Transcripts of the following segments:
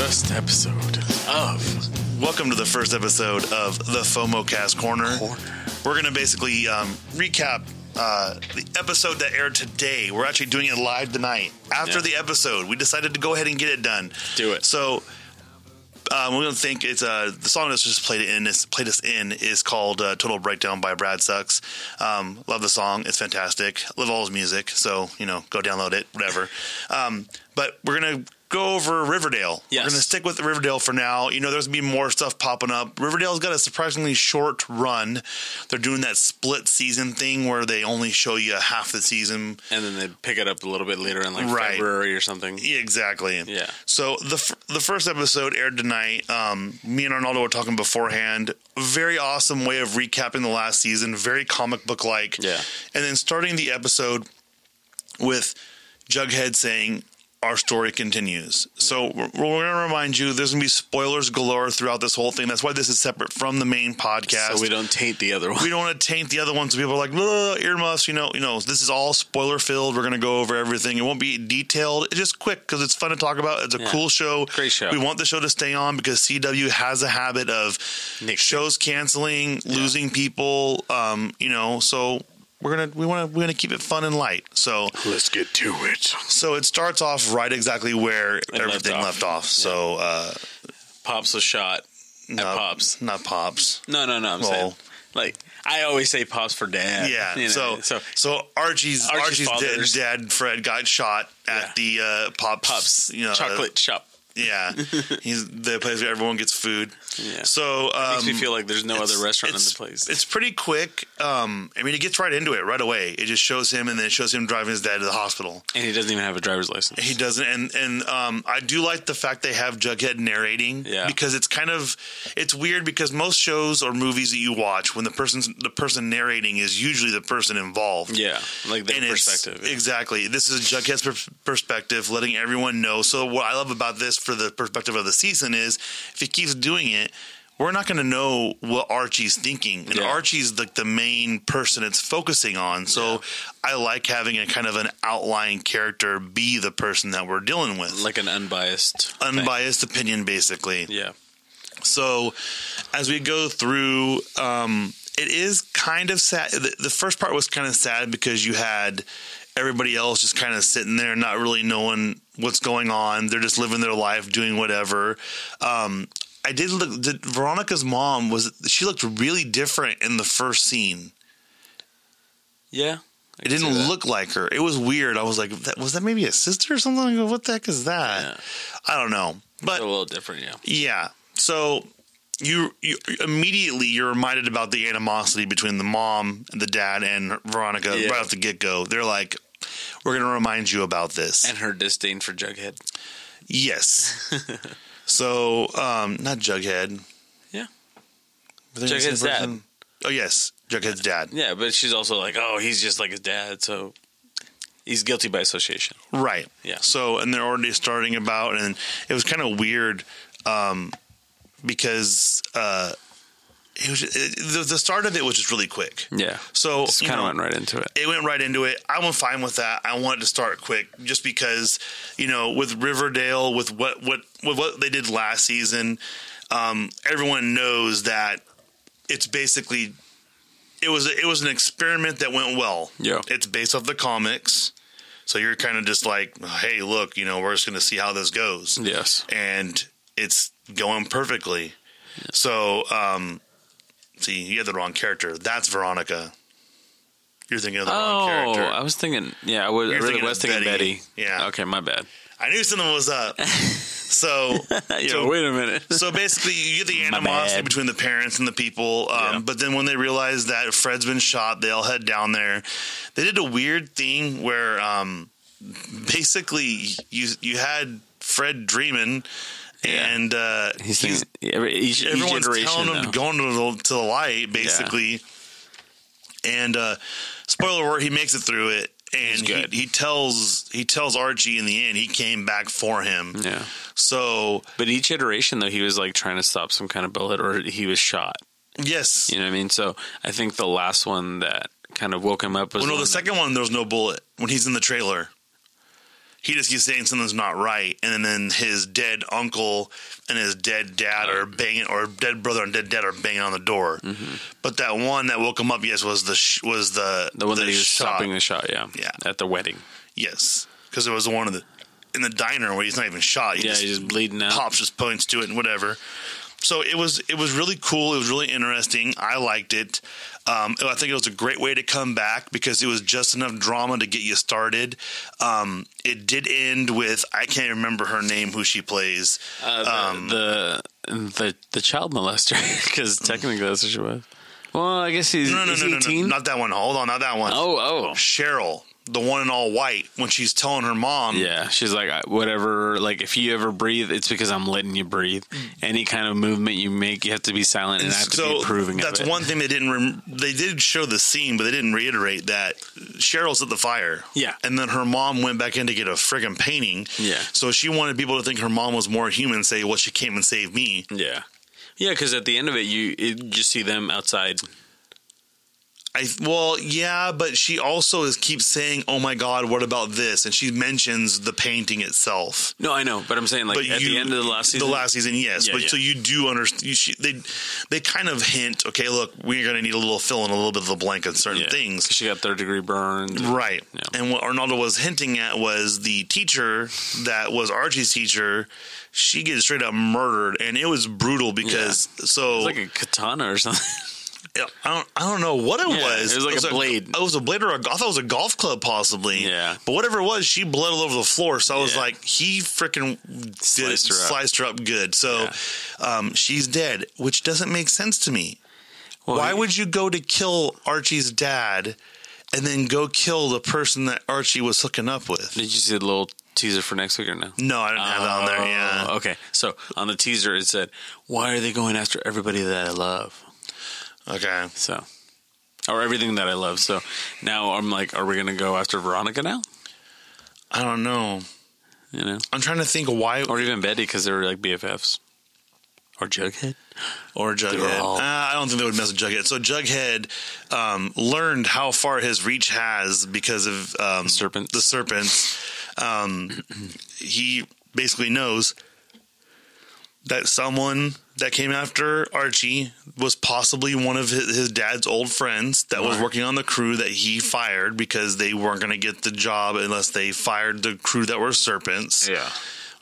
episode of Welcome to the first episode of the FOMO Cast Corner. Corner. We're going to basically um, recap uh, the episode that aired today. We're actually doing it live tonight after Yeah. the episode. We decided to go ahead and get it done. Do it. So um, we're going to think it's uh, the song that's just played in is played us in is called uh, "Total Breakdown" by Brad Sucks. Um, love the song; it's fantastic. Love all his music, so you know, go download it, whatever. Um, but we're going to go over Riverdale. Yes. We're going to stick with Riverdale for now. You know, there's going to be more stuff popping up. Riverdale's got a surprisingly short run. They're doing that split season thing where they only show you half the season. and then they pick it up a little bit later in like Right. February or something. Yeah, exactly. Yeah. So the f- the first episode aired tonight. Um, me and Arnaldo were talking beforehand. Very awesome way of recapping the last season. Very comic book like. Yeah. And then starting the episode with Jughead saying. Our story continues. So, we're, we're going to remind you there's going to be spoilers galore throughout this whole thing. That's why this is separate from the main podcast So we don't taint the other one. we don't want to taint the other ones. People are like, "Ugh, earmuffs, you know, you know, this is all spoiler filled. We're going to go over everything. It won't be detailed. It's just quick because it's fun to talk about. It's a cool show. Great show. We want the show to stay on because CW has a habit of Nick- shows canceling, losing people. Um, you know, so we're gonna we want to we're gonna keep it fun and light. So Let's get to it. so it starts off right exactly where left everything off. left off. So uh, Pops a shot no, at Pops. not pops. No, no, no. I'm saying Oh. like I always say Pops for Dad. Yeah. you know, so, so so Archie's Archie's Archie's, dead, father's- dad Fred got shot at the uh, pops, Pops you know, chocolate shop Yeah, he's the place where everyone gets food. Yeah. So um, makes me feel like there's no other restaurant in the place. It's pretty quick. Um, I mean, it gets right into it right away. It just shows him, and then it shows him driving his dad to the hospital. and he doesn't even have a driver's license. He doesn't, and and um, I do like the fact they have Jughead narrating, Yeah. because it's kind of it's weird because most shows or movies that you watch, when the person's the person narrating is usually the person involved, Yeah, like their it's- perspective. yeah. Exactly. This is Jughead's per- perspective, letting everyone know. So what I love about this for the perspective of the season is if he keeps doing it, we're not going to know what Archie's thinking, and Yeah. Archie's like the main person it's focusing on. So I like having a kind of an outlying character be the person that we're dealing with. like an unbiased, thing. Unbiased opinion, basically. Yeah, So, as we go through, um, it is kind of sad. The, the first part was kind of sad because you had everybody else just kind of sitting there, not really knowing what's going on. They're just living their life, doing whatever. Um, I did look. Did, Veronica's mom was she looked really different in the first scene. yeah. I It can see didn't that. look like her. It was weird. I was like, that, was that maybe a sister or something? I go, what the heck is that? Yeah. I don't know. But a little different. Yeah, yeah. So you, you immediately you're reminded about the animosity between the mom and the dad and Veronica Yeah. right off the get go. They're like, we're going to remind you about this. and her disdain for Jughead. yes. so um, not Jughead. Yeah. Were they the Jughead's same dad. person? Oh yes, Jughead's dad. Yeah, but she's also like, oh, he's just like his dad, so he's guilty by association. Right. Yeah. So and they're already starting about, and it was kind of weird um, because uh, it was it, the, the start of it was just really quick. Yeah, So just you kind of know, went right into it. it went right into it. I'm fine with that. I wanted to start quick just because, you know, with Riverdale, with what what with what they did last season, um, everyone knows that it's basically it was it was an experiment that went well. Yeah. it's based off the comics, so you're kind of just like, hey, look, you know, we're just going to see how this goes Yes. and it's going perfectly. So, um, see, you had the wrong character. That's Veronica. You're thinking of the Oh, wrong character. I was thinking. Yeah, I was. I You're really thinking was of thinking Betty. Betty. Yeah. Okay, my bad. I knew something was up. so, Yeah, So- wait a minute. so basically, you get the My animosity bad. between the parents and the people. Um, Yeah. But then when they realize that Fred's been shot, they all head down there. They did a weird thing where um, basically you you had Fred dreaming. And uh, He's thinking every, each, each everyone's iteration. telling him though. to go into the, to the light, basically. And uh, spoiler alert, he makes it through it, and he, good. he tells he tells Archie in the end he came back for him. yeah, So but each iteration though, he was like trying to stop some kind of bullet, or he was shot. yes, You know what I mean? So I think the last one that kind of woke him up was well, no, one the that- second one there was no bullet when he's in the trailer. he just keeps saying something's not right, and then his dead uncle and his dead dad are banging, or dead brother and dead dad are banging on the door. But that one that woke him up, yes, was the sh- was the The one that he was shot. stopping the shot, yeah. Yeah. At the wedding. Yes, because it was the one in the in the diner where he's not even shot. He Yeah, just he's just bleeding out. pops just points to it and whatever. So it was it was really cool. It was really interesting. I liked it. Um, I think it was a great way to come back because it was just enough drama to get you started. Um, it did end with I can't remember her name who she plays. Uh, the, the the the child molester because technically that's what she was. Mm. Well, I guess he's No no he's no no, no 18? not that one. Hold on, not that one. Oh, oh. Cheryl, the one in all white when she's telling her mom. Yeah, she's like I- whatever. Like if you ever breathe, it's because I'm letting you breathe. Mm. Any kind of movement you make, you have to be silent and I have to be approving. of that's it. one thing they didn't. Rem- they did show the scene, but they didn't reiterate that Cheryl's at the fire. Yeah. and then her mom went back in to get a friggin' painting. Yeah. so she wanted people to think her mom was more human. Say, well, she came and saved me. Yeah, yeah. Because at the end of it, you it, you see them outside. I well, yeah, but she also is keeps saying, "Oh my God, what about this?" And she mentions the painting itself. No, I know, but I'm saying like But at you- the end of the last season. The last season, yes. Yeah, but yeah. so you do understand. You, she, they they kind of hint. Okay, look, we're going to need a little fill in a little bit of the blank on certain yeah, things. 'cause She got third degree burns. Right. Yeah. And what Arnaldo was hinting at was the teacher that was Archie's teacher, she gets straight up murdered and it was brutal because It's so like a katana or something. I don't I don't know what it Yeah, was. it was like a blade. it was a blade or a, I thought it was a golf club possibly. Yeah. But whatever it was, she bled all over the floor. So I was Yeah. like, he freaking did Sliced her up. sliced her up good. So um, she's dead, which doesn't make sense to me. Well, Why he- would you go to kill Archie's dad and then go kill the person that Archie was hooking up with? Did you see the little teaser for next week or no? No, I didn't have that on there. Yeah. Oh, Okay. So on the teaser, it said, "Why are they going after everybody that I love?" Okay. So, or everything that I love. So now I'm like, are we gonna go after Veronica now? I don't know. You know, I'm trying to think why or even Betty because they were like BFFs, or Jughead. or Jughead. all- Uh, I don't think they would mess with Jughead. So Jughead um, learned how far his reach has because of um, serpents. The serpents. Um, he basically knows that someone that came after Archie was possibly one of his, his dad's old friends that was working on the crew that he fired because they weren't going to get the job unless they fired the crew that were serpents. Yeah.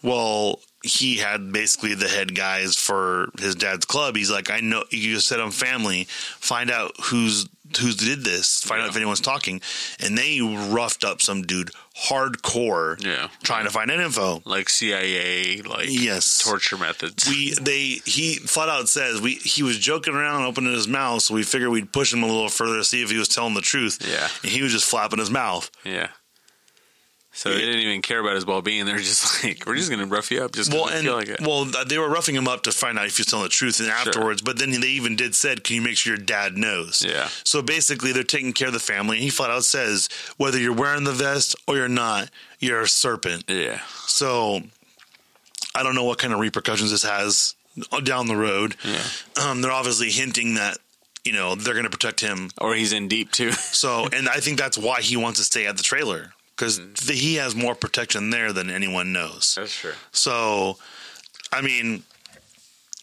Well, he had basically the head guys for his dad's club. He's like, I know you said I'm family. Find out who's who's did this. Find out if anyone's talking. And they roughed up some dude hardcore. Yeah. Trying to find that info. Like CIA, like Yes. torture methods. We they he flat out says we he was joking around opening his mouth, so we figured we'd push him a little further to see if he was telling the truth. Yeah. And he was just flapping his mouth. yeah. So they didn't even care about his well being. They're just like, we're just gonna rough you up. Just 'cause Well, we and feel like it. well, th- they were roughing him up to find out if he was telling the truth, and afterwards. But then they even did said, "Can you make sure your dad knows?" Yeah. So basically, they're taking care of the family. He flat out says, "Whether you're wearing the vest or you're not, you're a serpent." yeah. So I don't know what kind of repercussions this has uh, down the road. Yeah. Um, they're obviously hinting that you know they're going to protect him. Or he's in deep too. So, and I think that's why he wants to stay at the trailer because Mm. he has more protection there than anyone knows. That's true. So, I mean,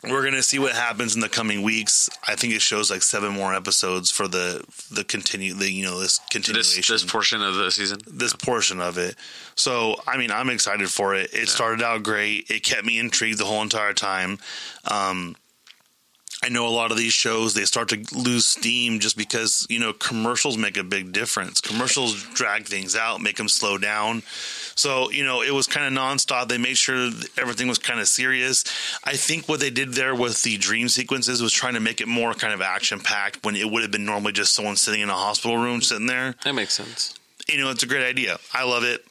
we're gonna see what happens in the coming weeks. I think it shows like seven more episodes for the the continue the you know this This continuation this portion of the season. this portion of it. So, I mean, I'm excited for it. It started out great. It kept me intrigued the whole entire time. Um, I know a lot of these shows they start to lose steam just because you know commercials make a big difference. Commercials drag things out, make them slow down. So you know it was kind of nonstop. They made sure that everything was kind of serious. I think what they did there with the dream sequences was trying to make it more kind of action packed when it would have been normally just someone sitting in a hospital room sitting there That makes sense. you know, it's a great idea. I love it.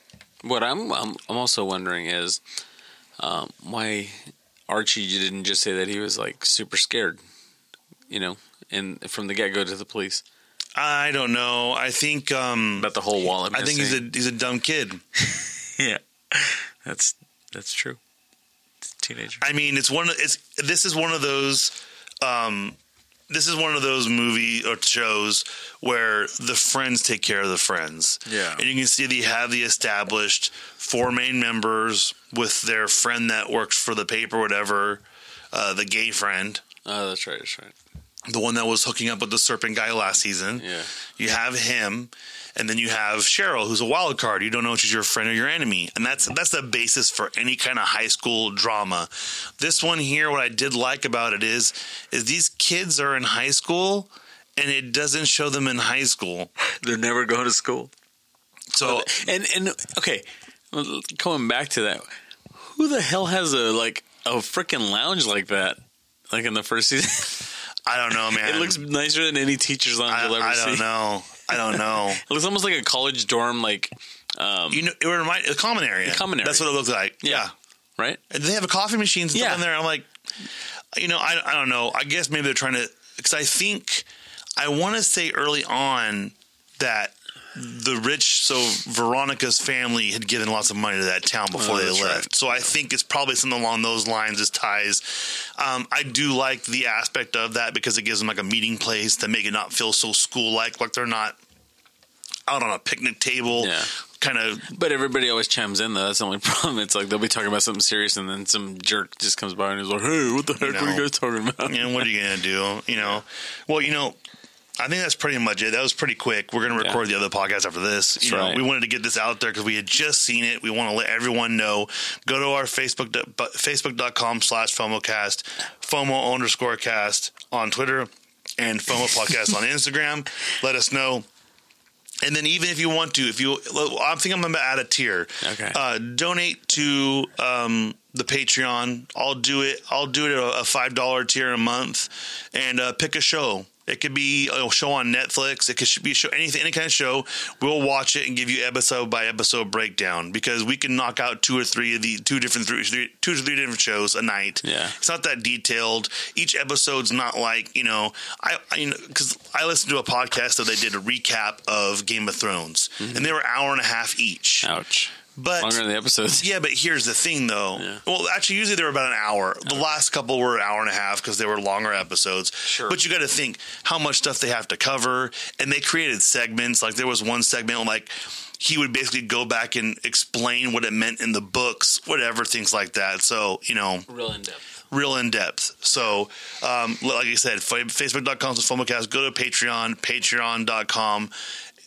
What I'm I'm, I'm also wondering is um, why Archie didn't just say that he was like super scared, you know, and from the get go to the police I don't know. I think um about the whole wallet. I think he's a he's a dumb kid. yeah. That's that's true. It's a teenager. I mean, it's one of it's this is one of those um this is one of those movie or shows where the friends take care of the friends. Yeah. And you can see they have the established four main members with their friend that works for the paper, whatever, uh, the gay friend, Oh, that's right. That's right. the one that was hooking up with the serpent guy last season. Yeah. You have him, and then you have Cheryl, who's a wild card. You don't know if she's your friend or your enemy, and that's that's the basis for any kind of high school drama. This one here, what I did like about it is, is these kids are in high school, and it doesn't show them in high school. They're never going to school. So And and okay, well, going back to that, who the hell has a like a freaking lounge like that? Like in the first season, I don't know, man. it looks nicer than any teacher's lounge I, you'll ever I see. don't know. I don't know. It looks almost like a college dorm, like You know, it reminded a common area. Um, A common area. That's what it looks like. yeah. right. And they have a coffee machine stuff Yeah. in there. I'm like, you know, I, I don't know. I guess maybe they're trying to, because I think, I want to say early on that the rich, so Veronica's family had given lots of money to that town before Oh, they that's left. right. So I think it's probably something along those lines as ties. Um, I do like the aspect of that because it gives them like a meeting place to make it not feel so school like, like they're not out on a picnic table. Yeah. Kind of But everybody always chimes in though. That's the only problem. It's like they'll be talking about something serious, and then some jerk just comes by and is like, "Hey, what the heck? What are No. you guys talking about?" and what are you gonna do? You know, well, you know, I think that's pretty much it. That was pretty quick. We're gonna record the other podcast after this. You That's know, right. we wanted to get this out there because we had just seen it. We want to let everyone know. Go to our Facebook bu- facebook.com slash FOMOcast, FOMO underscore cast on Twitter, and FOMO podcast on Instagram. Let us know. And then, even if you want to, if you, I think I'm going to add a tier. Okay. Uh, donate to um, the Patreon. I'll do it. I'll do it at a- a five dollar tier a month, and uh, pick a show. It could be a show on Netflix. It could sh- be a show anything, any kind of show. We'll watch it and give you episode by episode breakdown because we can knock out two or three of the two different three, three two to three different shows a night. Yeah. It's not that detailed. Each episode's not like, you know, I, I you know, cause I listened to a podcast that they did a recap of Game of Thrones and they were hour and a half each. Ouch. But Mm-hmm. Longer than the episodes. yeah, but here's the thing, though. Yeah. Well, actually, usually they're about an hour. The last couple were an hour and a half because they were longer episodes. Sure. But you got to think how much stuff they have to cover, and they created segments. Like there was one segment like he would basically go back and explain what it meant in the books, whatever things like that. So you know, Real in depth. real in depth. So, um, like I said, fa- facebook.com slash FOMOcast, go to Patreon, patreon.com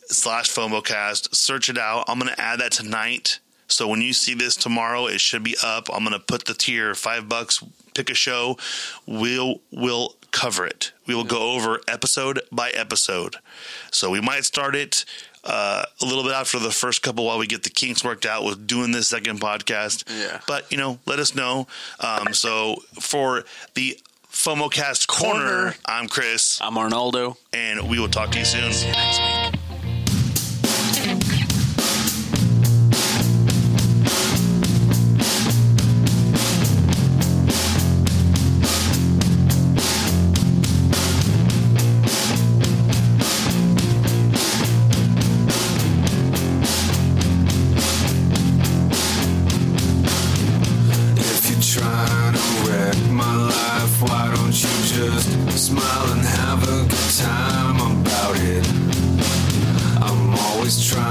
slash FOMOcast, search it out. I'm going to add that tonight. So when you see this tomorrow, it should be up. I'm going to put the tier five bucks, pick a show. We'll, we'll cover it. We will go over episode by episode. So we might start it uh, a little bit after the first couple while we get the kinks worked out with doing this second podcast. Yeah. But, you know, let us know. Um, so for the FOMOcast corner, Corner. I'm Chris, I'm Arnaldo. and we will talk to you soon. See you next week. If you're trying to wreck my life, why don't you just smile and have a good time about it? I'm always trying